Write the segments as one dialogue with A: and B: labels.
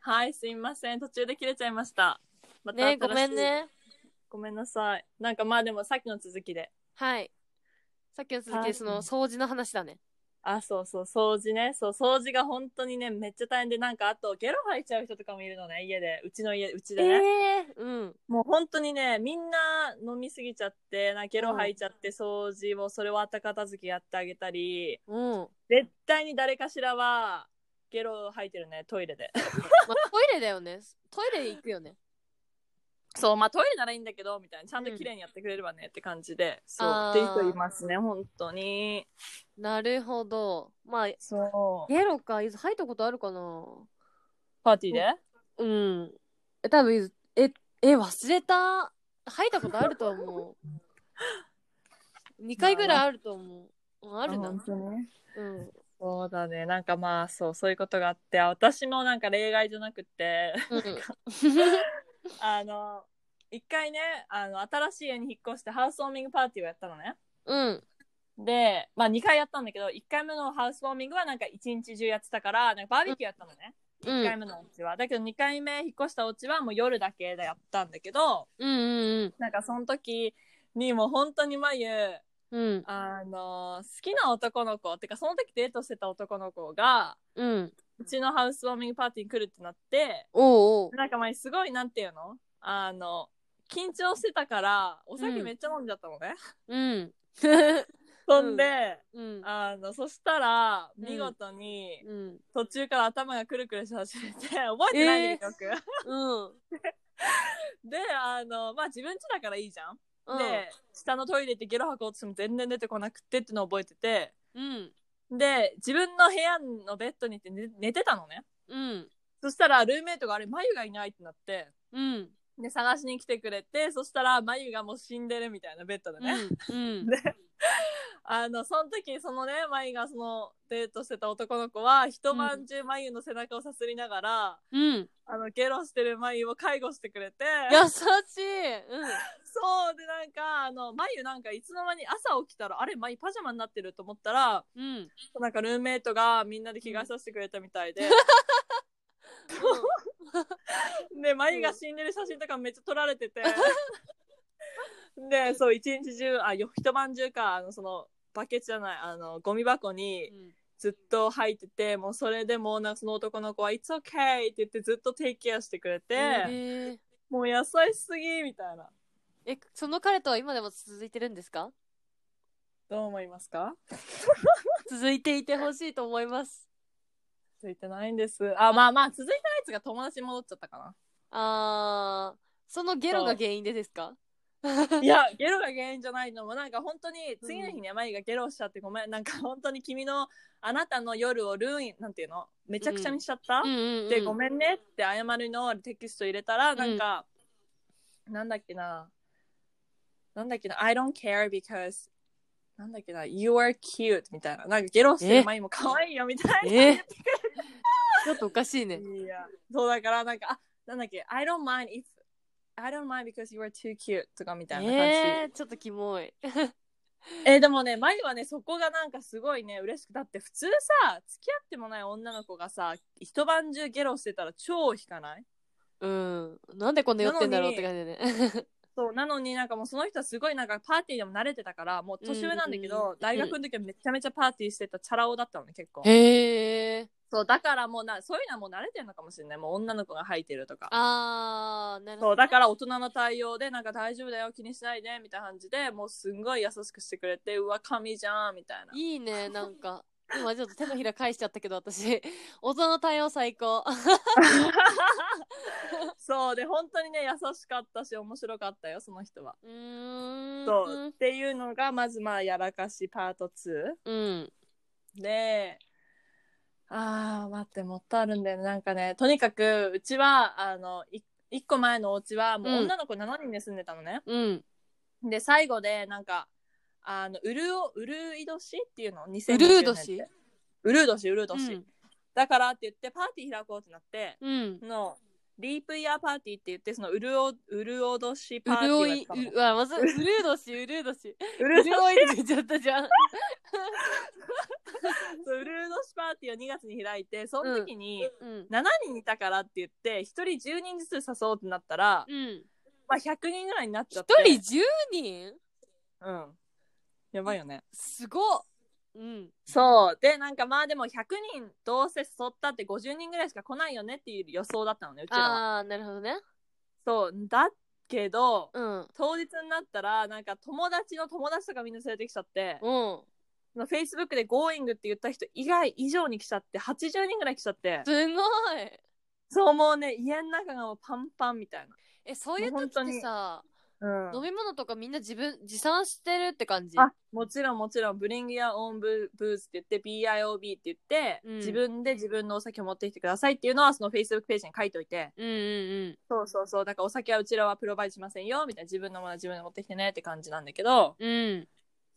A: はい、すいません。途中で切れちゃいました。また
B: ねご
A: 新
B: め
A: しい
B: ん。ね。
A: ごめんなさい。なんかまあでもさっきの続きで。
B: はい。さっきの続き
A: は
B: で
A: い
B: その掃除の話だね。
A: あ、そうそう、掃除ね。そう、掃除が本当にね、めっちゃ大変で、なんかあと、ゲロ吐いちゃう人とかもいるのね、家で。うちの家、うちでね。
B: ええうん。
A: もう本当にね、みんな飲みすぎちゃって、なんかゲロ吐いちゃって、掃除を、それを後片付けやってあげたり、
B: うん。ま
A: 絶対に誰かしらは、ゲロ吐いてるね、トイレで。
B: あ、トイレだよね。トイレ行くよね。
A: そう、まあ トイレならいいんだけど、みたいな。ちゃんと綺麗にやってくれればね、って感じで。そう。っていう人いますね、本当に。
B: なるほど。まあ、
A: そう。
B: ゲロか。ゆず入ったことあるかな
A: パーティーで
B: うん。え、多分ゆず、え、え、忘れた。入ったことあると 思う。2回ぐらいあると思う。うんあるな。
A: 本当に。
B: うん。
A: そうだね。なんかまあ、そう、そういうことがあって、あ私もなんか例外じゃなくて、 あの、一回ね、あの、新しい家に引っ越してハウスウォーミングパーティーをやったのね。
B: うん。
A: で、まあ2回やったんだけど、1回目のハウスウォーミングはなんか一日中やってたから、なんかバーベキューやったのね。
B: う
A: 1
B: ん。
A: 回目のお家は。だけど2回目引っ越したお家はもう夜だけでやったんだけど、
B: うんうん
A: なんかその時にもう本当に眉、
B: うん。うん。
A: あの、好きな男の子、てかその時デートしてた男の子が、
B: うん。
A: うちのハウスウォーミングパーティーに来るってなって、
B: おうおう。
A: なんか前すごい、なんていうのあの、緊張してたから、お酒めっちゃ飲んじゃったのね。
B: うん。
A: そんで、
B: うん。
A: あの、そしたら、
B: うん
A: 見事に、
B: うん。
A: 途中から頭がくるくるし始めて、 覚えてないんだけどよく。
B: うん。
A: で、あの、まあ自分家だからいいじゃん。
B: うん
A: で、下のトイレでゲロ吐こうとしても全然出てこなくてってのを覚えてて、
B: うん。
A: で、自分の部屋のベッドに行って寝寝てたのね。
B: うん。
A: そしたら、ルーメイトがあれ、眉がいないってなって、
B: うん。
A: で、探しに来てくれて、そしたら、眉がもう死んでるみたいなベッドでね。
B: うん。
A: あの、その時、そのね、舞がそのデートしてた男の子は、一晩中舞の背中をさすりながら、
B: うん。
A: あの、ゲロしてる舞を介護してくれて、
B: 優しい。うん。
A: そう、で、なんか、あの、舞なんかいつの間に朝起きたら、あれ、舞パジャマになってると思ったら、
B: うん。うん
A: なんかルーメイトがみんなで着替えさせてくれたみた いで、で、舞が死んでる写真とかめっちゃ撮られてて、で、そう、一日中、あ、よ一晩中か、あの、その、バケツじゃない、あの、ゴミ箱に、ずっと吐いてて、もうそれでもうなんかその男の子は、It's okay! って言ってずっとテイクケアしてくれて、
B: えー
A: もう優しすぎみたいな。
B: え、その彼とは今でも続いてるんですか
A: どう思いますか
B: 続いていてほしいと思います。
A: 続いてないんです。あ、まあまあ、続いてないやつが友達に戻っちゃったか
B: あー、そのゲロが原因でですか
A: な。いや、ゲロが原因じゃないのも、なんか本当に次の日にマイがゲロをしちゃってごめん。なんか本当に君の、あなたの夜をルーイン、なんていうのめちゃくちゃにしちゃった、
B: うんうんうん。
A: で、ごめんねって謝るのテキスト入れたら、なんか、なんだっけな、なんだっけな、I don't care because, なんだっけな、you are cute みたいな、なんかゲロしてる前にも可愛いよみたいな。
B: えちょっとお かしいね。
A: いや、そうだから、なんか、あ、なんだっけ、I don't mind if, I don't mind because you are too cute とかみたいな感じ。
B: えー、ちょっとキモい。
A: えでもね、マリはね、そこがなんかすごいね、嬉しく。だって普通さ、付き合ってもない女の子がさ、一晩中ゲロしてたら超引かない
B: うん。なんでこんな酔ってんだろうって感じでね。
A: そうなのになんかもうその人はすごいなんかパーティーでも慣れてたからもう年上なんだけ
B: うんうん
A: ど、大学の時はめちゃめちゃパーティーしてたチャラ男だったのね結構
B: へえー。
A: そうだからもうなそういうのはもう慣れてるのかもしれないもう女の子が吐いてるとか
B: あー、なるほど。
A: そうだから大人の対応でなんか大丈夫だよ気にしないでみたいな感じでもうすんごい優しくしてくれてうわ神じゃんみたいない
B: いね、なんか。今ちょっと手のひら返しちゃったけど、私。 大人の対応最高。
A: そうで本当にね優しかったし面白かったよその人は
B: うーん。
A: そうっていうのがまずまあやらかしパート2
B: うん。
A: で、ああ、待って、もっとあるんだよね。なんかね、とにかく、うちは、あの、い一個前のお家は、もう
B: うん
A: 女の子7人で住んでたのね。
B: うん。
A: で、最後で、なんか、あの、うるお、うるい年っていうの ?2020 年
B: うるう
A: っ
B: 年
A: て。うるう年、うるう年。だからって言って、パーティー開こうってなって、
B: うん。
A: の、リープイヤーパーティーって言って、その、うるお、うるお年パ
B: う
A: ーティ
B: る
A: ー
B: お
A: をやっ
B: い、
A: てた
B: う
A: の
B: る、あ、まず、うるう年、うるう年。
A: う
B: う
A: る
B: るおいって言っちゃったじゃん。
A: そうルードシパーティーを2月に開いてその時に
B: うん。
A: 7人いたからって言って1人10人ずつ誘おうってなったら、
B: うん。
A: まあ、100人ぐらいになっちゃ
B: 一
A: って
B: 人10人
A: うんやばいよね
B: すごっうん。
A: そうでなんかまあでも100人どうせ誘ったって50人ぐらいしか来ないよねっていう予想だったのねうちらは
B: ああ、なるほどね。
A: そうだけど
B: うん。
A: 当日になったらなんか友達の友達とかみんな連れてきちゃって
B: うん。
A: フェイスブックで「Going」って言った人以外以上に来ちゃって80人ぐらい来ちゃって
B: すごい
A: そうもうね家の中がもうパンパンみたい
B: え、そういう
A: もう本
B: 時
A: 当
B: っ
A: に
B: てさ、
A: な、
B: 飲み物とかみんな自分、持参してるって感じ。
A: あもちろんもちろん「Bring your own boo- booze」って言って BIOB って言って、
B: うん
A: 自分で自分のお酒を持ってきてくださいっていうのはそのフェイスブックページに書いといて
B: うんうん
A: そうそうそうだからお酒はうちらはプロバイドしませんよみたいな自分のものは自分で持ってきてねって感じなんだけど
B: うん。うん。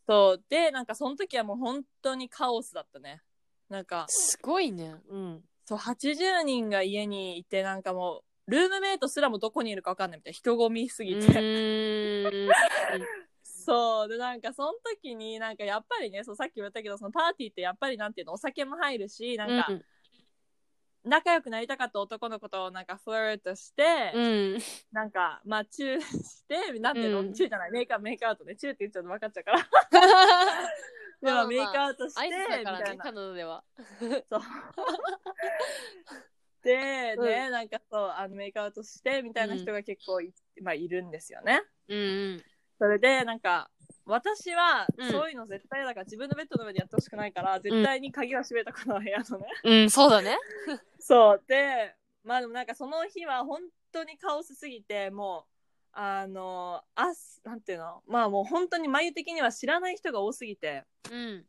A: そうでなんかその時はもう本当にカオスだったねなんか
B: すごいね。うん。
A: そう80人が家にいてなんかもうルームメイトすらもどこにいるか分かんないみたいな人混みす
B: う
A: ぎて、
B: ーん。
A: そうでなんかその時になんかやっぱりねそうさっきも言ったけどそのパーティーってやっぱりなんていうのお酒も入るしなんか
B: うん
A: 仲良くなりたかった男の子となんかフルートして、
B: うん。
A: なんかまあチューしてなんていうの、
B: うん
A: チューじゃないメイクアウトメイクアウトでチューって言っちゃうの分かっちゃ うからで
B: まあまあ
A: もメイクアウトして
B: アイスだか
A: み
B: ら
A: た
B: ね
A: い、な
B: カナダでは。
A: そう。で、
B: うん
A: ね、なんかそう、あのメイクアウトしてみたいな人が結構い,、まあ、いるんですよね。
B: うんうん。
A: それで、なんか、私は
B: うん
A: そういうの絶対だから、自分のベッドの上でやってほしくないから、絶対に鍵は閉めたこの部屋の ね。
B: うん、そうだね。
A: そう。で、まあでもなんかその日は本当にカオスすぎて、もう、あの、あす、なんていうのまあもう本当に眉的には知らない人が多すぎて。
B: うん。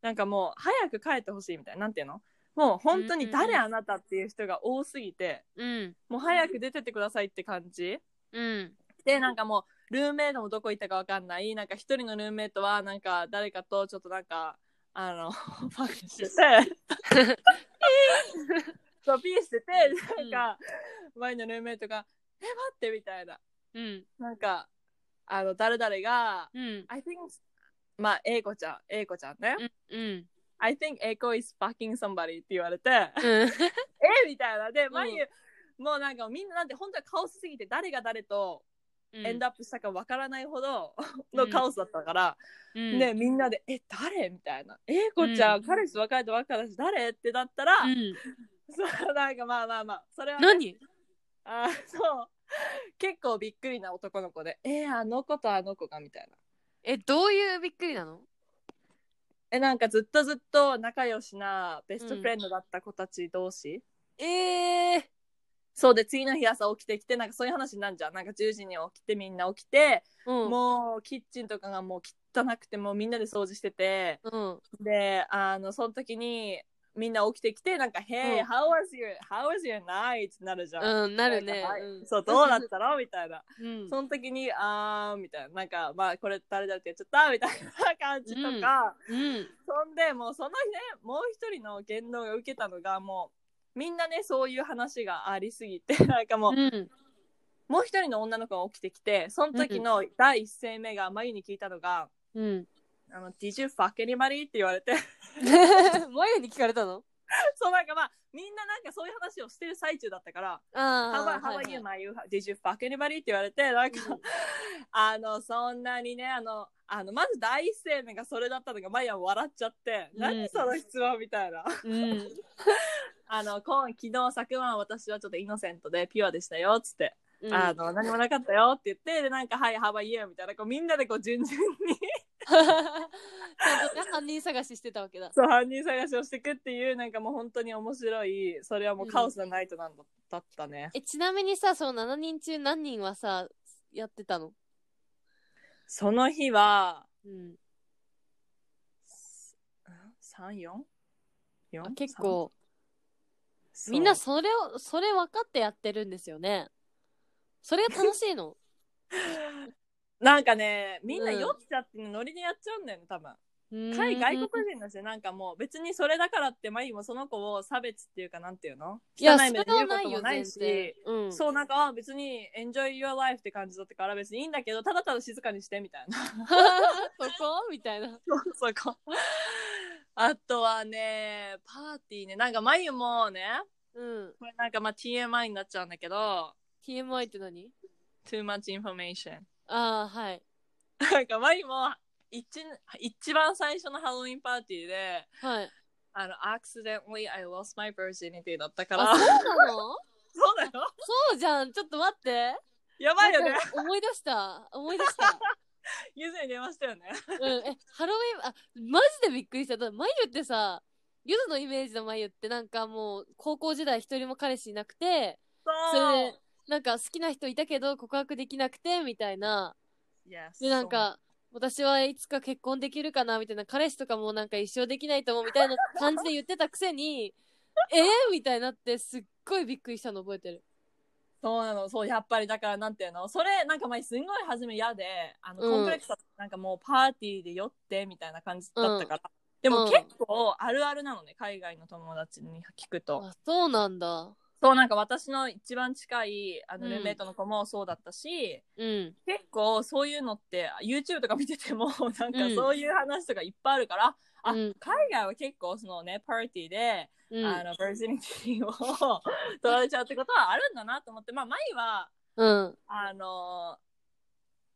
A: なんかもう早く帰ってほしいみたいななんていうのもう本当に
B: うんう
A: 誰
B: んうん
A: あなたっていう人が多すぎて、
B: うん。
A: もう早く出てってくださいって感じ
B: うん。
A: でなんかもうルームメイトもどこ行ったかわかんないなんか一人のルームメイトはなんか誰かとちょっとなんかあの ファク しててそうピーしててなんか前のルームメイトが「え待って」みたいな
B: うん。
A: なんかあの誰々が
B: うん。
A: 「I think まあ英子ちゃん英子ちゃんね、
B: うん。
A: I think Echo is fucking somebody って言われて、
B: うん。
A: えみたいな。で、
B: ん
A: まゆ、もうなんかみんななんて本当はカオスすぎて誰が誰とエンドアップしたかわからないほど のカオスだったから、
B: うん。
A: ね、みんなで、え、誰みたいな。えこちゃん、
B: うん
A: 彼氏別れたばっかだし、誰ってなったら、
B: うん。
A: そう、なんかまあまあまあ、それは、
B: 何
A: あそう。 結構びっくりな男の子で、えあの子とあの子がみたいな。
B: え、どういうびっくりなの
A: え、なんかずっとずっと仲良しなベストフレンドだった子たち同士、
B: ええ
A: そうで次の日朝起きてきてなんかそういう話になるじゃんなんか10時に起きてみんな起きて、
B: うん。
A: もうキッチンとかがもう汚くてもうみんなで掃除してて
B: うん。
A: であのその時にみんな起きてきてなんか「Hey、
B: う
A: how
B: ん
A: was your how was your night?」ってなるじゃん。
B: うん、なる
A: なん
B: ね
A: かはい。
B: うん
A: そうどうだったのみたいな
B: うん。
A: その時に「あー」みたいななんかまあこれ誰だってやっちゃったみたいな感じとか、
B: うん。
A: そんでもうその日ねもう一人の言動が受けたのがもうみんなねそういう話がありすぎて なんかもう
B: うん。
A: もう一人の女の子が起きてきて、その時の第一声目がマユに聞いたのが、
B: うん。
A: あの、Did you fuck anybody? って言われて、
B: マユに聞かれたの
A: そうなんかまあ、みんななんかそういう話をしてる最中だったから、How
B: あ
A: about,
B: あ。
A: how
B: はい
A: about
B: はい
A: you, マユ Did you fuck anybody? って言われて、なんか、
B: うん
A: あの、そんなにね、あの、あのまず第一声目がそれだったのが、マユは笑っちゃって、
B: うん
A: 何その質問みたいな。
B: うん。
A: あの、今昨日昨晩私はちょっとイノセントでピュアでしたよ、つって。
B: うん
A: あの、何もなかったよって言って、で、なんか、はい、ハワイユーみたいな、こう、みんなでこう、順々に、
B: ちゃんとね、犯人探ししてたわけだ。
A: そう、犯人探しをしていくっていう、なんかもう本当に面白い、それはもうカオスなナイトなんだ,、だったね。
B: え、ちなみにさ、その7人中何人はさ、やってたの
A: その日は、
B: うん。
A: 3、4?
B: あ
A: 4?
B: 結構、
A: 三、
B: みんな
A: そう
B: それを、それ分かってやってるんですよね。それが楽しいの。
A: なんかね、みんな
B: うん
A: 酔っちゃってね、ノリでやっちゃうんだよね、多分。 海外国人だし、なんかもう別にそれだからって、マイもその子を差別っていうかなんていうの
B: いや、
A: 汚い
B: そ
A: 目
B: れ
A: で見
B: は
A: るこ
B: な
A: と
B: い
A: も
B: よ、
A: ない
B: 全然
A: し、。
B: うん。
A: そう、なんか、あ別に enjoy your life って感じだったから別にいいんだけど、ただただ静かにしてみたいな。
B: そこみたいな。
A: そうそこ。あとはね、パーティーね。なんか、まゆもね、
B: うん。
A: これなんかまあ TMI になっちゃうんだけど、
B: TMI って何
A: too much information。
B: ああ、はい。
A: なんか、まゆも一、一番最初のハロウィンパーティーで、
B: はい。
A: あの、accidentally I lost my virginity だったから
B: あ、、そうなの
A: そうだよ。
B: そうじゃん。ちょっと待って。
A: やばいよね
B: なん。か思い出した。思い出した。
A: ゆずに出ましたよね。
B: うん。え、ハロウィン、あ、マジでびっくりした。だって、眉ってさ、ゆずのイメージの眉ってなんかもう、高校時代一人も彼氏いなくて、そ
A: そ
B: れ
A: う
B: で。、なんか好きな人いたけど告白できなくて、みたいな。
A: Yes
B: で、なん、か、私はいつか結婚できるかな、みたいな。彼氏とかもなんか一生できないと思う、みたいな感じで言ってたくせ に、えー、みたいになって、すっごいびっくりしたの覚えてる。
A: そうなの、そう、やっぱりだから、なんていうの、それ、なんか前、すんごい初め嫌で、あの、
B: うん
A: コンプレックスだったなんかもう、パーティーで酔って、みたいな感じだったから。で
B: う
A: も
B: ん
A: 結構あるあるなのね、海外の友達に聞くと。
B: あ、そうなんだ。
A: そう、なんか私の一番近い、あの、
B: うん
A: ルーメイトの子もそうだったし、
B: うん。
A: 結構そういうのって、YouTube とか見てても、 なんか
B: うん
A: そういう話とかいっぱいあるから、あ
B: うん。
A: 海外は結構そのね、パーティーで、
B: うん。
A: あの、バージニティ を取られちゃうってことはあるんだなと思って、まあ、マイは、
B: うん。
A: あの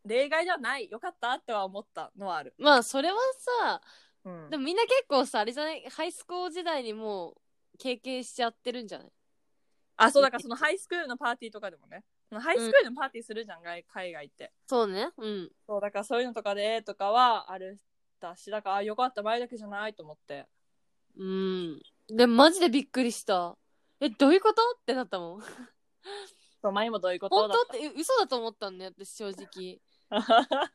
A: ー例外ではない、よかったとは思ったのはある。
B: まあ、それはさ、
A: うん
B: でもみんな結構さ、あれじゃない、ハイスコー時代にもう経験しちゃってるんじゃない
A: あ、そうだからそのハイスクールのパーティーとかでもね、そのハイスクールのパーティーするじゃん、外海外って。
B: そうね。うん。
A: そう、だからそういうのとかで、とかはあるだし、だから、あよかった、前だけじゃないと思って。
B: うん。で、マジでびっくりした。え、どういうことってなったもん。
A: そう、前もどういうこと
B: 本
A: だ
B: 当っ
A: って
B: え 嘘だと思ったんだよ、私正直。
A: た。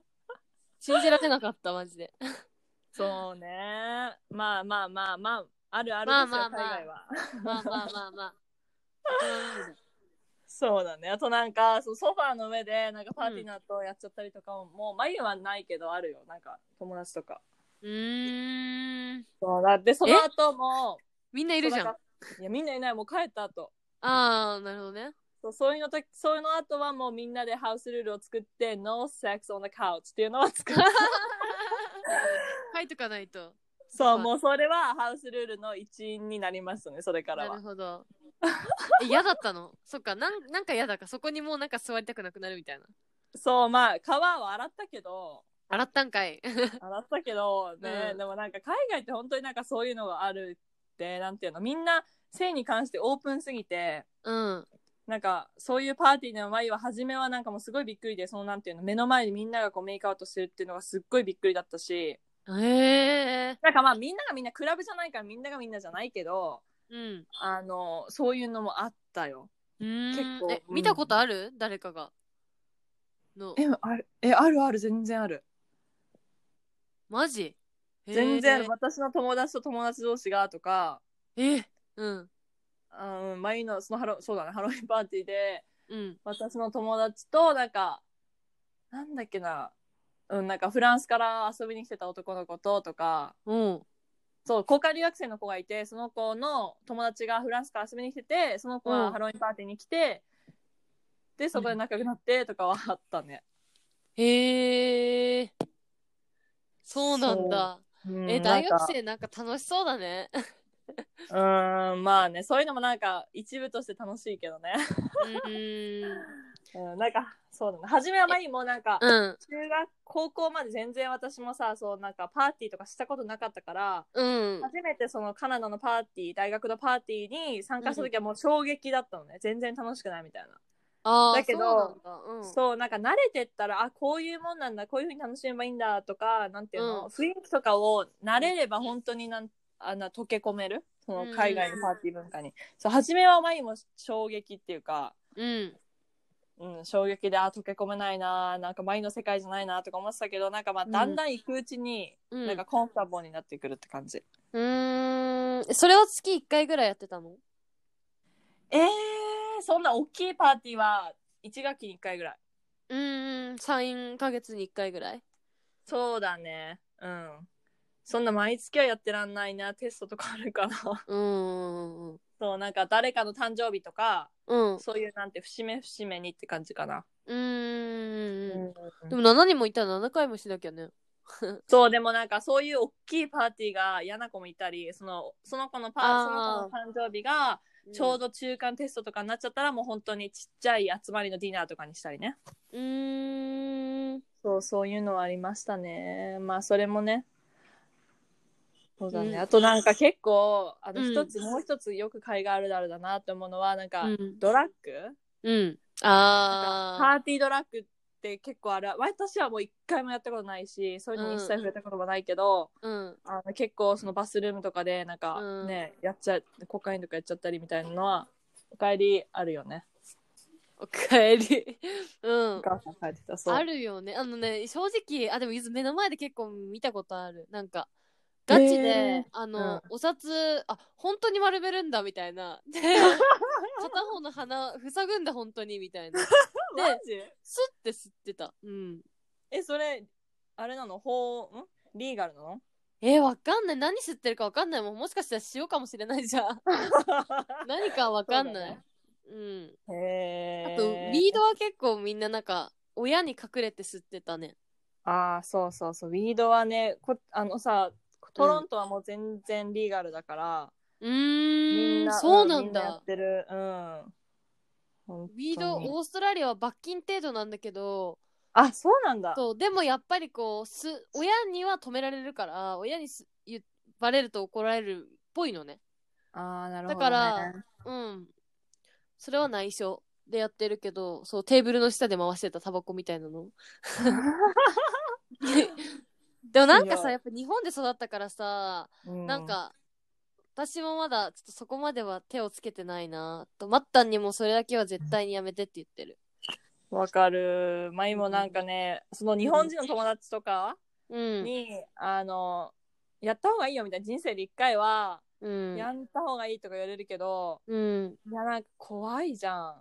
B: 信じられなかった、マジで。
A: そうね。まあまあまあまあ、あるあるですよ、
B: まあまあまあ
A: 海外は。
B: まあまあまあまあ。
A: そうだね。あとなんか、そうソファーの上で、なんかパーティーの後やっちゃったりとかも、もう、眉はないけどあるよ。なんか、友達とか。
B: うーん。
A: そうだ。で、その後も、
B: みんないるじゃん。
A: そうな
B: あ
A: んかいや、みんないない。もう帰った後。
B: あー、なるほどね。
A: そう、そういうの時、そういうの後はもうみんなでハウスルールを作って、no sex on the couch っていうのを 作る。
B: 書いとかないと。
A: そう、もうそれはハウスルールの一員になりますね、それから
B: なる
A: は。
B: ほど。 え嫌だったのそっかなん、なんか嫌だか。そこにもうなんか座りたくなくなるみたいな。
A: そう、まあ、皮は洗ったけ ど、
B: 洗ったんかい。
A: 洗ったけどね、
B: うん
A: でもなんか海外って本当になんかそういうのがあるってなんていうのみんな性に関してオープンすぎて
B: うん。
A: なんかそういうパーティーの前は初めはなんかもうすごいびっくりでそのなんていうの目の前でみんながこうメイクアウトしてるっていうのがすっごいびっくりだったし
B: へえ。
A: なんかまあみんながみんなクラブじゃないからみんながみんなじゃないけど
B: うん。
A: あのそういうのもあったよ
B: 結
A: 結構
B: え、
A: うん
B: 見たことある誰かが。の。
A: えあるえあるある全然ある
B: マジへー
A: 全然ある私の友達と友達同士がとか
B: え、うん。
A: うん前のそのハロそうだねハロウィンパーティーで
B: うん。
A: 私の友達となんかなんだっけなうんなんかフランスから遊びに来てた男の子ととか
B: うん。
A: そう交換留学生の子がいてその子の友達がフランスから遊びに来ててその子
B: うん
A: はハロウィンパーティーに来て、でそこで仲良くなってとかはあったね、
B: へえ。そうなんだ。え、大学生なんか楽しそうだね。
A: うーんまあねそういうのもなんか一部として楽しいけど ね、
B: うん。
A: うん、なんかそうだね初めは前にもなんか
B: うん。
A: 中学高校まで全然私もさそうなんかパーティーとかしたことなかったから
B: うん。
A: 初めてそのカナダのパーティー大学のパーティーに参加した時はもう衝撃だったのね、全然楽しくないみたい
B: ああ、
A: だけど
B: そうなん
A: な、
B: だ。うん。
A: そうなんか慣れてったらあこういうもんなんだこういうふうに楽しめばいいんだとかなんていうの、
B: うん
A: 雰囲気とかを慣れれば本当になんあんな溶け込めるその海外のパーティー文化に、そう初めは前にも衝撃っていうか
B: うん。
A: うん、衝撃であ溶け込めないななんか前の世界じゃないなとか思ってたけどなんかまあ
B: うん
A: だんだん行くうちに、
B: うん。
A: なんかコンフォータボーになってくるって感じ、
B: うーん。えそれを月1回ぐらいやってたの
A: えー、そんな大きいパーティーは1学期に1回ぐらい
B: うん。3ヶ月に1回ぐらい
A: そうだね。うん。そんな毎月はやってらんないなテストとかあるから
B: うんうん
A: そうなんか誰かの誕生日とか
B: うん
A: そういうなんて節目節目にって感じかな、
B: うん
A: うん
B: でも7人もいたら7回もしなきゃね
A: そうでもなんかそういう大きいパーティーが嫌な子もいたりそのその子のパ
B: あー
A: その子の誕生日がちょうど中間テストとかになっちゃったらもう本当にちっちゃい集まりのディナーとかにしたりね
B: うーん
A: そうそういうのはありましたねまあそれもねそうだね、
B: うん
A: あとなんか結構あの
B: うん
A: 一つ、もう一つよく海があるだるだなって思うのはなんか、
B: うん
A: ドラッグ
B: うん
A: パ
B: あ
A: ーティードラッグって結構ある私はもう一回もやったことないしそういうのに一切触れたこともないけど、
B: ーうん
A: あの結構そのバスルームとかでなんか
B: うん
A: ね、やっちゃコカインとかやっちゃったりみたいなのはおかえりあるよね
B: おかえり うん
A: お母さん帰ってたそう
B: あるよね。あのね、正直、あ、でもゆず目の前で結構見たことある。なんか、ガチで、
A: へー
B: あの、
A: うん
B: お札、あ、本当に丸めるんだ、みたいな。 で、片方の鼻、塞ぐんだ、本当に、みたいな。
A: マジ
B: スって吸ってた。うん。
A: えそれあれなの法んリーガルなの
B: えーわかんない。何吸ってるかわかんないもん。もしかしたら塩かもしれないじゃん。何かわかんない。うん。あ
A: へえ
B: と、ウィードは結構みんななんか、親に隠れて吸ってたね。
A: ああそうそうそうウィードはねこあのさトロントはもう全然リーガルだから、み
B: うー
A: ん
B: ん、
A: な
B: そうな
A: み
B: ん
A: や
B: だ
A: っ。てるうん本当
B: ウ
A: に
B: ィード、オーストラリアは罰金程度なんだけど、
A: あそうなんだ
B: そうでもやっぱりこうす親には止められるから親にす言バレると怒られるっぽいのね
A: ああなるほど、ね、
B: だからうんそれは内緒でやってるけどそうテーブルの下で回してたタバコみたいな のでもなんか
A: いや
B: さやっぱ日本で育ったからさ、
A: う
B: なんか私もまだちょっとそこまでは手をつけてないなとマッタンにもそれだけは絶対にやめてって言ってる
A: わかる。まあ今なんかね、その日本人の友達とか
B: うん
A: に、あの、やった方がいいよみたいな人生で一回は、
B: うん
A: やった方がいいとか言われるけど、
B: うん
A: いやなんか怖いじゃん。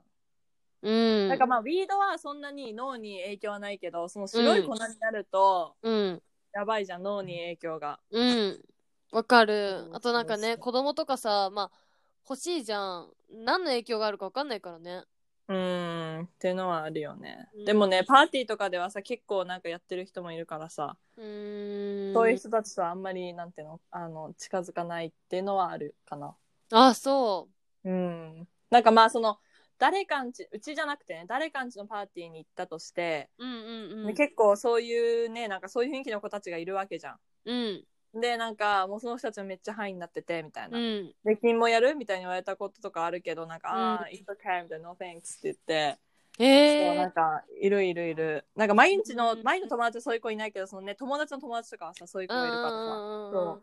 B: うん
A: なんかまあ、ウィードはそんなに脳に影響はないけど、その白い粉になると、
B: うん
A: やばいじゃん、脳に影響が。
B: うん。わか
A: そう
B: る。あとなんか
A: そう
B: ね、
A: そう
B: 子供とかさ、まあ、欲しいじゃん。何の影響があるかわかんないからね。
A: うーん、っていうのはあるよね
B: う。ん
A: でもね、パーティーとかではさ、結構なんかやってる人もいるからさ、
B: うーん。
A: そういう人たちとはあんまり、なんていうの、あの、近づかないっていうのはあるかな。
B: あ、そ
A: うん。なんかまあその誰かんちうちじゃなくてね誰かんちのパーティーに行ったとして、
B: う。うんうんう
A: で
B: ん。
A: 結構そういうねなんかそういう雰囲気の子たちがいるわけじゃ
B: うん。
A: ん。でなんかもうその人たちもめっちゃハイになっててみたいな。
B: うん。
A: で君もやるみたいに言われたこととかあるけどなんか「
B: うん
A: ああ it's okay」みたいな「no thanks」って言って、そう
B: え
A: なん
B: ー。
A: かいるいるいるなんか毎日の、
B: うん
A: 毎日の友達はそういう子いないけどそのね友達の友達とかはさそういう子
B: うん
A: が
B: う
A: いるからさ、
B: んうんう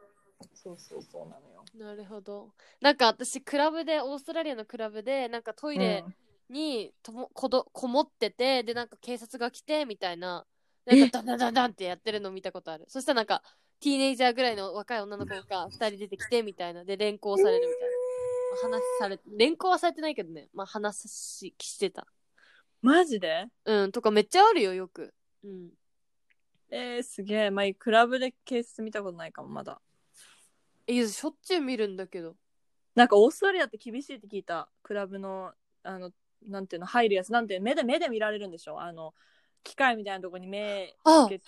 A: そうそうそうそうなのよ。
B: ん。なるほど。なんか私、クラブで、オーストラリアのクラブで、なんかトイレにとも、こど、こもってて、で、なんか警察が来て、みたいな。なんか、ダンダンダンダンってやってるの見たことある。そしたらなんか、ティーネイジャーぐらいの若い女の子が2人出てきて、みたいな。で、連行されるみたいな。話され連行はされてないけどねまあ話ししてた
A: マジで
B: うんとかめっちゃあるよよくうん
A: えー、すげえ。まあ、クラブで警察見たことないかも、まだ。
B: えゆずしょっちゅう見るんだけど
A: なんか、オーストラリアって厳しいって聞いた。クラブの、あの、なんていうの、入るやつ。なんて、目で、目で見られるんでしょあの、機械みたいなとこに目
B: あ
A: つけ、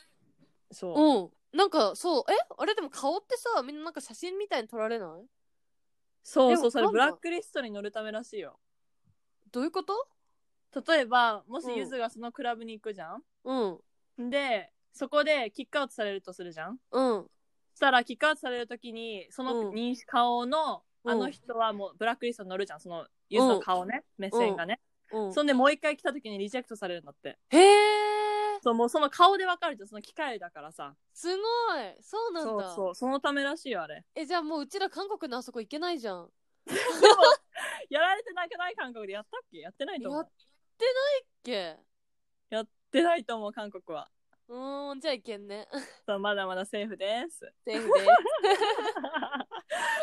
A: そう。
B: うんなんかそうえあれでも顔ってさみんななんか写真みたいに撮られない
A: そう
B: でも
A: そう、それ
B: なん
A: ブ
B: だ
A: ラックリストに乗るためらしいよ。
B: どういうこと
A: 例えば、もし
B: うん
A: ゆずがそのクラブに行くじゃん、
B: うん
A: で、そこでキックアウトされるとするじゃん
B: うん
A: そしたら、キックアウトされるときに、その
B: うん
A: 認識、顔の、
B: うん
A: あの人はもうブラックリストに乗るじゃん。その、ゆずの顔ね、目線がね。
B: うん
A: そんでもう一回来た時にリジェクトされるんだって。
B: へえ
A: そう、もうその顔でわかるじゃん。その機械だからさ。
B: すごいそうなん
A: そう
B: だ
A: そう。そのためらしいよ、あ れ。
B: えじゃあもううちら韓国のあそこ行けないじゃん
A: やられてなくない韓国でやったっけやってないと思
B: や
A: う。
B: っ
A: や
B: てないっけ
A: ってないと思う、韓国は。
B: うーんじゃあいけ んね
A: そう、まだまだセーフです。
B: セーフで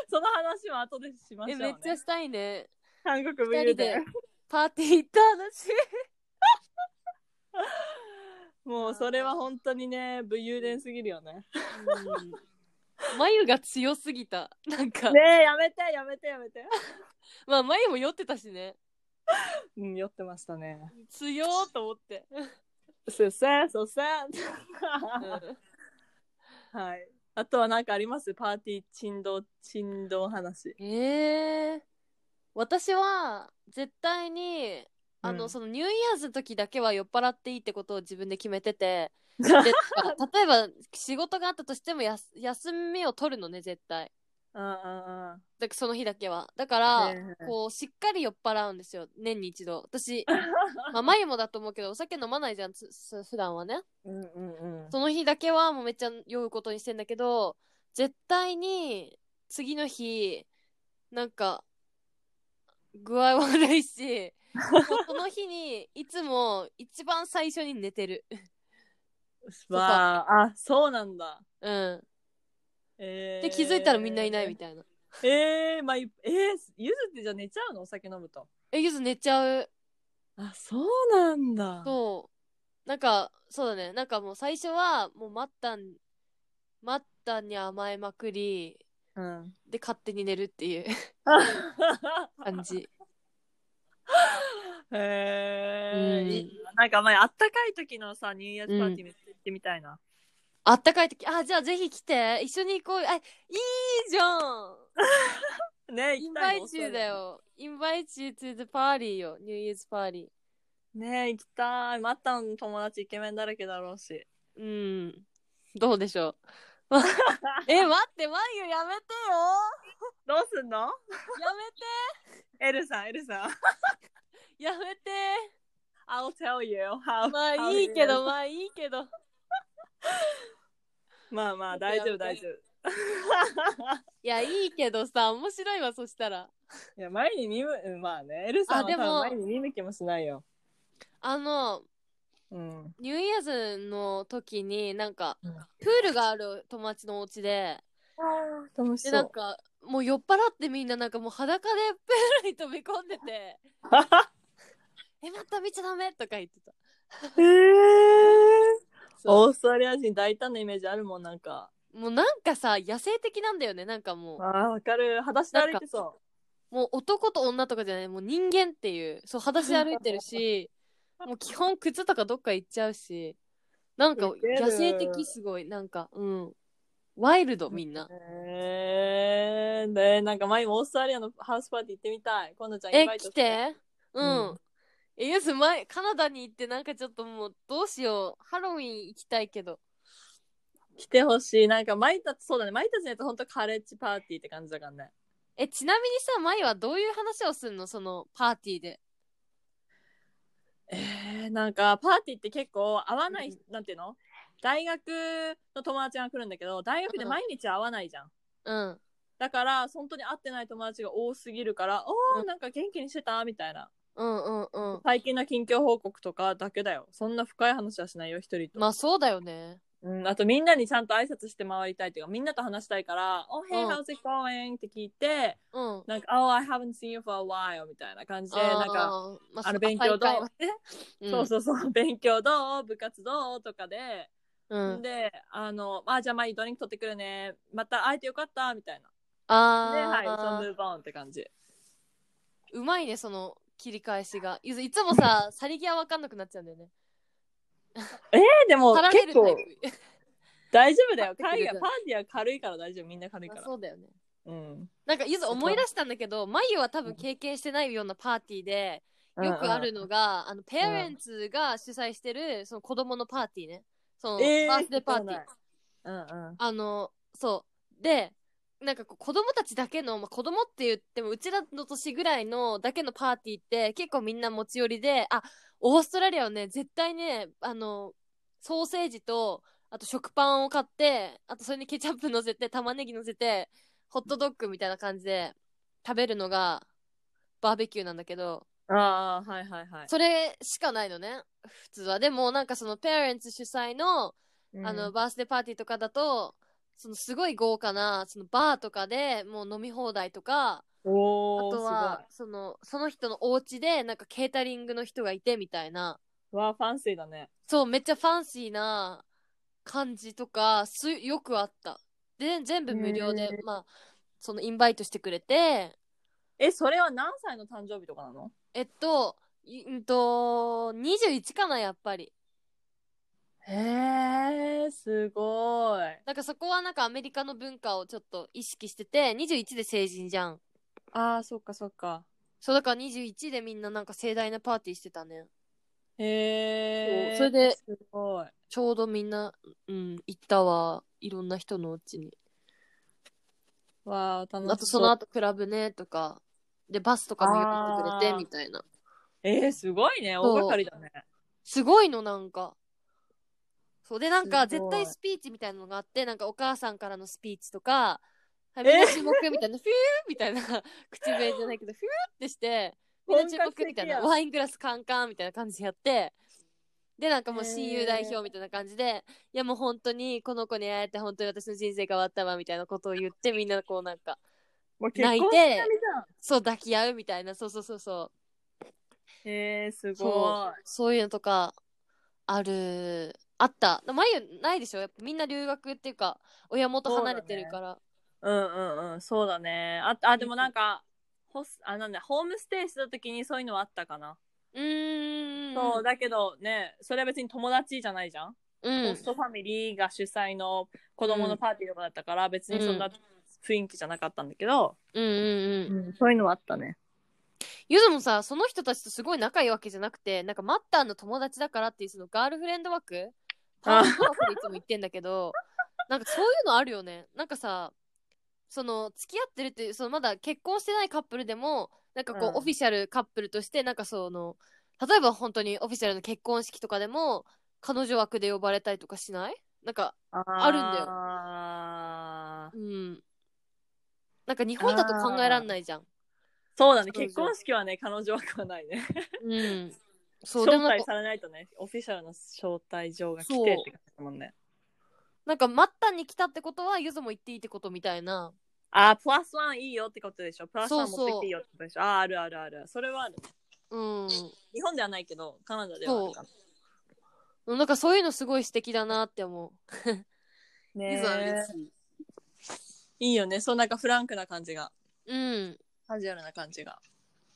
A: その話は後でしまし
B: え
A: ょう、
B: め
A: ね
B: っ。ちゃしたいね
A: 韓国 V
B: 二人
A: ル
B: で
A: で。
B: パーティー行った話
A: もうそれは本当にね、武勇伝すぎるよね。
B: うん眉が強すぎたなんか、
A: ねえ、やめて、やめて、やめて。
B: まあ眉も酔ってたしね
A: うん、酔ってましたね。
B: 強ーと思って、
A: そうそうそうそう
B: う ん
A: はい。あとは何かありますパーティー、珍道、珍道話。
B: ええ私は絶対にあの、
A: うん
B: そのニューイヤーズの時だけは酔っ払っていいってことを自分で決めてて でなんか例えば仕事があったとしてもやす休みを取るのね絶対
A: うんうんうん。
B: だからその日だけはだから、
A: ねえ
B: こうしっかり酔っ払うんですよ年に一度私まあ前もだと思うけどお酒飲まないじゃんつつ普段はね
A: うんうんうん。
B: その日だけはもうめっちゃ酔うことにしてんだけど絶対に次の日なんか具合悪いしもうその日にいつも一番最初に寝てる
A: わあ、あ、そうなんだ。
B: うん
A: えー、
B: で気づいたらみんないないみ
A: た
B: たいな
A: な。
B: い
A: えー、まあ、いえー、ゆずってじゃあ寝ちゃうのお酒飲むと。
B: えゆず寝ちゃう
A: あ、そうなんだ。
B: そうなんかそうだねなんかもう最初はもう待ったん待ったに甘えまくり
A: う。うん。
B: で勝手に寝るっていう感じ
A: へ
B: うん
A: ー、いいななんかまああったかい時のさニューイヤーズパーティーめっちゃ行ってみたいな、
B: あったかい時あじゃあぜひ来て一緒に行こうあいいじゃん
A: ね
B: イ
A: 行き
B: ンバ
A: たい
B: イ
A: の
B: チューだよ。インバイチュー to the party よ。ニューイヤーズパーリ
A: ね行きたいマッタンの友達イケメンだらけだろうし
B: ー。うん。どうで しょう。え、待って、マユやめて
A: どうすんの
B: よ
A: エルさんエルさん
B: やめてやめて
A: I'll tell you how
B: まあ
A: how
B: いいけ
A: it
B: ど、
A: is
B: まあいいけど。
A: まあまあ大丈夫
B: やめ
A: 大
B: て
A: 丈夫
B: いや、いいけどさ、面白いわ、そしたら。
A: いや前に見むうんまあねエルさんは多
B: あで
A: 分
B: も
A: 前に見向きもしないよ
B: あの、
A: うん
B: ニューイヤーズの時に、なんか、
A: うん
B: プールがある友達のお家で、
A: 楽し
B: で、
A: そ
B: なん
A: う
B: か、もう酔っ払ってみんな、なんかもう裸でプールに飛び込んでて、え、また見ちゃダメとか言ってた。
A: へえ
B: そ
A: オ
B: う
A: ーストラリア人大胆なイメージあるもんなんか
B: もうなんかさ野生的なんだよねなんかもう
A: あーわかる裸足で歩いてそう
B: もう男と女とかじゃないもう人間っていうそう裸足で歩いて るしもう基本靴とかどっか行っちゃうしなんか
A: いける
B: 野生的すごいなんかうんワイルドみんな
A: えー、で、なんか前もオーストラリアのハウスパーティー行ってみたい。今度ちゃんイ
B: え
A: ンバイト
B: 来
A: して。
B: てうん、
A: うん
B: えゆず前カナダに行ってなんかちょっともうどうしようハロウィン行きたいけど
A: 来てほしい。なんか、マイタツ、そうだね。マイタツのやつほんとカレッジパーティーって感じだからね。
B: えちなみにさ前はどういう話をするのそのパーティーで
A: えー、なんか、パーティーって結構会わない、なんていうの大学の友達が来るんだけど、大学で毎日会わないじゃん。
B: うん
A: だから、本当に会ってない友達が多すぎるから、お
B: う
A: ー、なんか元気にしてたみたいな。
B: うんうんうん
A: 最近の近況報告とかだけだよ。そんな深い話はしないよ、一人と。
B: まあそうだよね
A: うん、あとみんなにちゃんと挨拶して回りたいっていうかみんなと話したいから「Oh
B: う
A: hey
B: ん
A: how's it going?」って聞いて
B: うん
A: なんか「Oh I haven't seen you for a while」みたいな感じでなんか、
B: ま
A: あの勉強ど う、
B: う
A: そうそうそう勉強どう部活どうとかで、
B: うん。うん、
A: であの「あじゃあ前にドリンク取ってくるねまた会えてよかった」みたいな
B: あ
A: ではいそ
B: あ
A: の、ムーバーンって感じ
B: うまいね、その切り返しが。ゆずいつもさ、さり際わかんなくなっちゃうんだよね。
A: えでも
B: パラレ
A: 結
B: ルタイ
A: 構
B: プ。
A: 大丈夫だよ
B: パラレ
A: 海
B: ル
A: 外パーティーは軽いから大丈夫みんな軽いか
B: まあ
A: ら
B: そうだよね。
A: うん
B: なんかゆず思い出したんだけど、まゆは多分経験してないようなパーティーで、よくあるのが、あの、ペアレンツが主催してる、その子供のパーティーね。その、
A: えー
B: バースデーパーティー。
A: うんうん
B: あの、そう。で、なんかこう子供たちだけの、まあ、子供って言ってもうちらの年ぐらいのだけのパーティーって結構みんな持ち寄りであオーストラリアはね絶対ねあのソーセージとあと食パンを買ってあとそれにケチャップ乗せて玉ねぎ乗せてホットドッグみたいな感じで食べるのがバーベキューなんだけど
A: ああはいはいはい
B: それしかないのね普通はでもなんかそのペアレンツ主催のあの、バースデーパーティーとかだと、そのすごい豪華な、そのバーとかでもう飲み放題とか、あ
A: おー
B: とは、その、その人のお家で、なんかケータリングの人がいてみたいな、
A: すごいわあファンシーだね
B: そう、めっちゃファンシーな感じとか、す、よくあった。で全部無料
A: へ
B: で
A: ー、
B: まあ、そのインバイトしてくれて、
A: え、それは何歳の誕生日とかなの
B: えっと、いうんと、21かな、やっぱり。
A: へえ、すごい。
B: なんかそこはなんかアメリカの文化をちょっと意識してて、21で成人じゃん。
A: ああ、そっかそっか。
B: そう、だから21でみんななんか盛大なパーティーしてたね。
A: へえ。
B: そうそれです
A: ごい。
B: ちょうどみんな、うん、行ったわ。いろんな人のうちに。
A: わあ、楽し
B: あとその後クラブね、とか。で、バスとかも寄ってくれ
A: あ
B: て、
A: ー
B: みたいな。
A: えー、すごいね。大
B: そう
A: 掛かりだね。
B: すごいの、なんか。そうで、なんか
A: すご
B: 絶
A: い
B: 対スピーチみたいなのがあって、なんかお母さんからのスピーチとか、はいみんな注目みたいな、フィュー みたいな、口笛じゃないけど、フィューってして、みんな注
A: 本格的
B: 目みたいな、
A: や
B: ワイングラスカンカンみたいな感じでやって、で、なんかもう
A: へー
B: 親友代表みたいな感じで、いやもう本当にこの子に会えて本当に私の人生変わったわみたいなことを言って、みんなこうなんか、
A: もう
B: 泣いて
A: してる
B: そう抱き合うみたいな、そうそうそうそう。
A: じゃん。へえ、す
B: そ
A: ご
B: うそういうのとかあるあった眉ないでしょやっぱみんな留学っていうか親元離れてるから
A: い。うんうんうん、そうだね。あ、あでもなんか、ホス、あ、なんだ、ホームステイした時にそういうのはあったかな。
B: う,、ーん
A: そう、だけどね、それは別に友達じゃないじゃん。
B: うん
A: ホストファミリーが主催の子供のパーティーとかだったから、別にそんな雰囲気じゃなかったんだけど、
B: うんうんうん
A: そういうのはあったね。
B: ゆずもさその人たちとすごい仲いいわけじゃなくてなんかマッターの友達だからっていうそのガールフレンド枠パーティー枠でいつも言ってんだけどなんかそういうのあるよねなんかさその付き合ってるっていうそのまだ結婚してないカップルでもなんかこう、
A: うん
B: オフィシャルカップルとしてなんかその例えば本当にオフィシャルの結婚式とかでも彼女枠で呼ばれたりとかしないなんか
A: あ
B: あるんだよ
A: あー
B: うんなんか日本だと考えらんないじゃん
A: そうだね、
B: そうそう
A: 結婚式はね、彼女枠はないね。
B: うん そうで
A: 招
B: もなん
A: 待
B: か
A: されないとね、オフィシャルの招待状が来てって感じだもんね。
B: なんかマッターに来たってことはゆずも行っていいってことみたいな
A: あー、プラスワンいいよってことでしょ。プラスワン
B: そうそう
A: 持ってきていいよってことでしょ。あー、あるあるある。それはある。
B: うん
A: 日本ではないけど、カナダではあるかな。
B: なんかそういうのすごい素敵だなって思う。ゆずは嬉
A: ね
B: しい
A: いいよね。そう、なんかフランクな感じが。
B: うん。
A: カジュアルな感じが。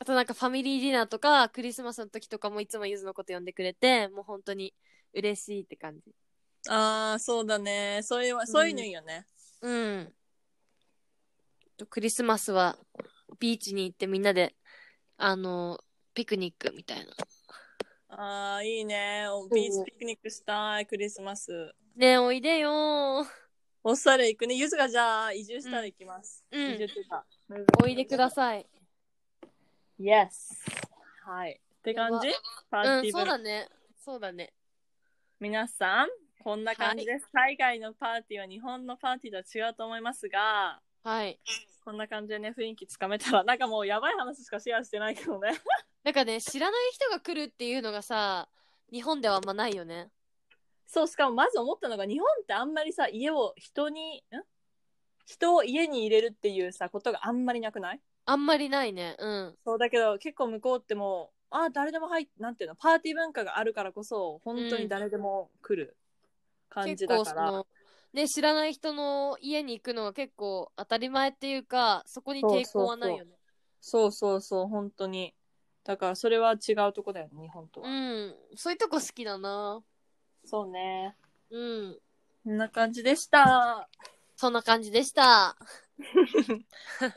B: あとなんかファミリーディナーとかクリスマスの時とかもいつもゆずのこと呼んでくれて、もう本当に嬉しいって感じ。
A: ああ、そうだね。そういう、そういうのいいよね。
B: うん。とクリスマスはビーチに行ってみんなで、あの、ピクニックみたいな。
A: ああ、いいね。お
B: う
A: ビーチピクニックしたい、クリスマス。
B: ねえ、おいでよー
A: オーストラリア行くね。ゆずがじゃあ、移住したら行きます。
B: うんうん
A: 移住っていうか。
B: おいでください。
A: い。Yes。はい。って感じパー
B: う
A: ティーブ
B: ん、そう
A: ル、
B: だね。そうだね。
A: 皆さん、こんな感じです、海外のパーティーは日本のパーティーとは違うと思いますが、
B: はい。
A: こんな感じでね、雰囲気つかめたら、なんかもうやばい話しかシェアしてないけどね。
B: なんかね、知らない人が来るっていうのがさ、日本ではあんまないよね。
A: そう、しかもまず思ったのが、日本ってあんまりさ、家を人に、ん人を家に入れるっていうさ、ことがあんまりなくない
B: あんまりないね。うん。
A: そう、だけど結構向こうってもう、ああ、誰でも入っなんていうの、パーティー文化があるからこそ、本当に誰でも来る感じ
B: 結
A: だ
B: 構
A: か
B: そ
A: ら。
B: の、ね、知らない人の家に行くのが結構当たり前っていうか、そこに抵抗はないよね。
A: そうそうそう、本当に。だからそれは違うとこだよね、日本とは。
B: うん。そういうとこ好きだな。
A: そうね。
B: うん。
A: こんな感じで した。
B: そんな感じでした。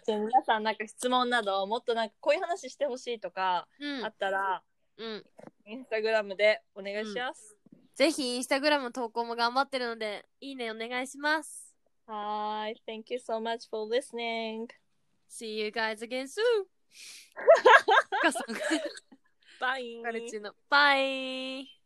A: じゃあ皆さんなんか質問など、もっとなんかこういう話してほしいとか
B: うん
A: あ。ったら、
B: うん。
A: インスタグラムでお願いします。
B: ぜひ、インスタグラムの投稿も頑張ってるので、いいねお願いします。
A: はーい。Thank you so much for listening.
B: See you guys again soon! お母さん
A: Bye.
B: カルチーノバイ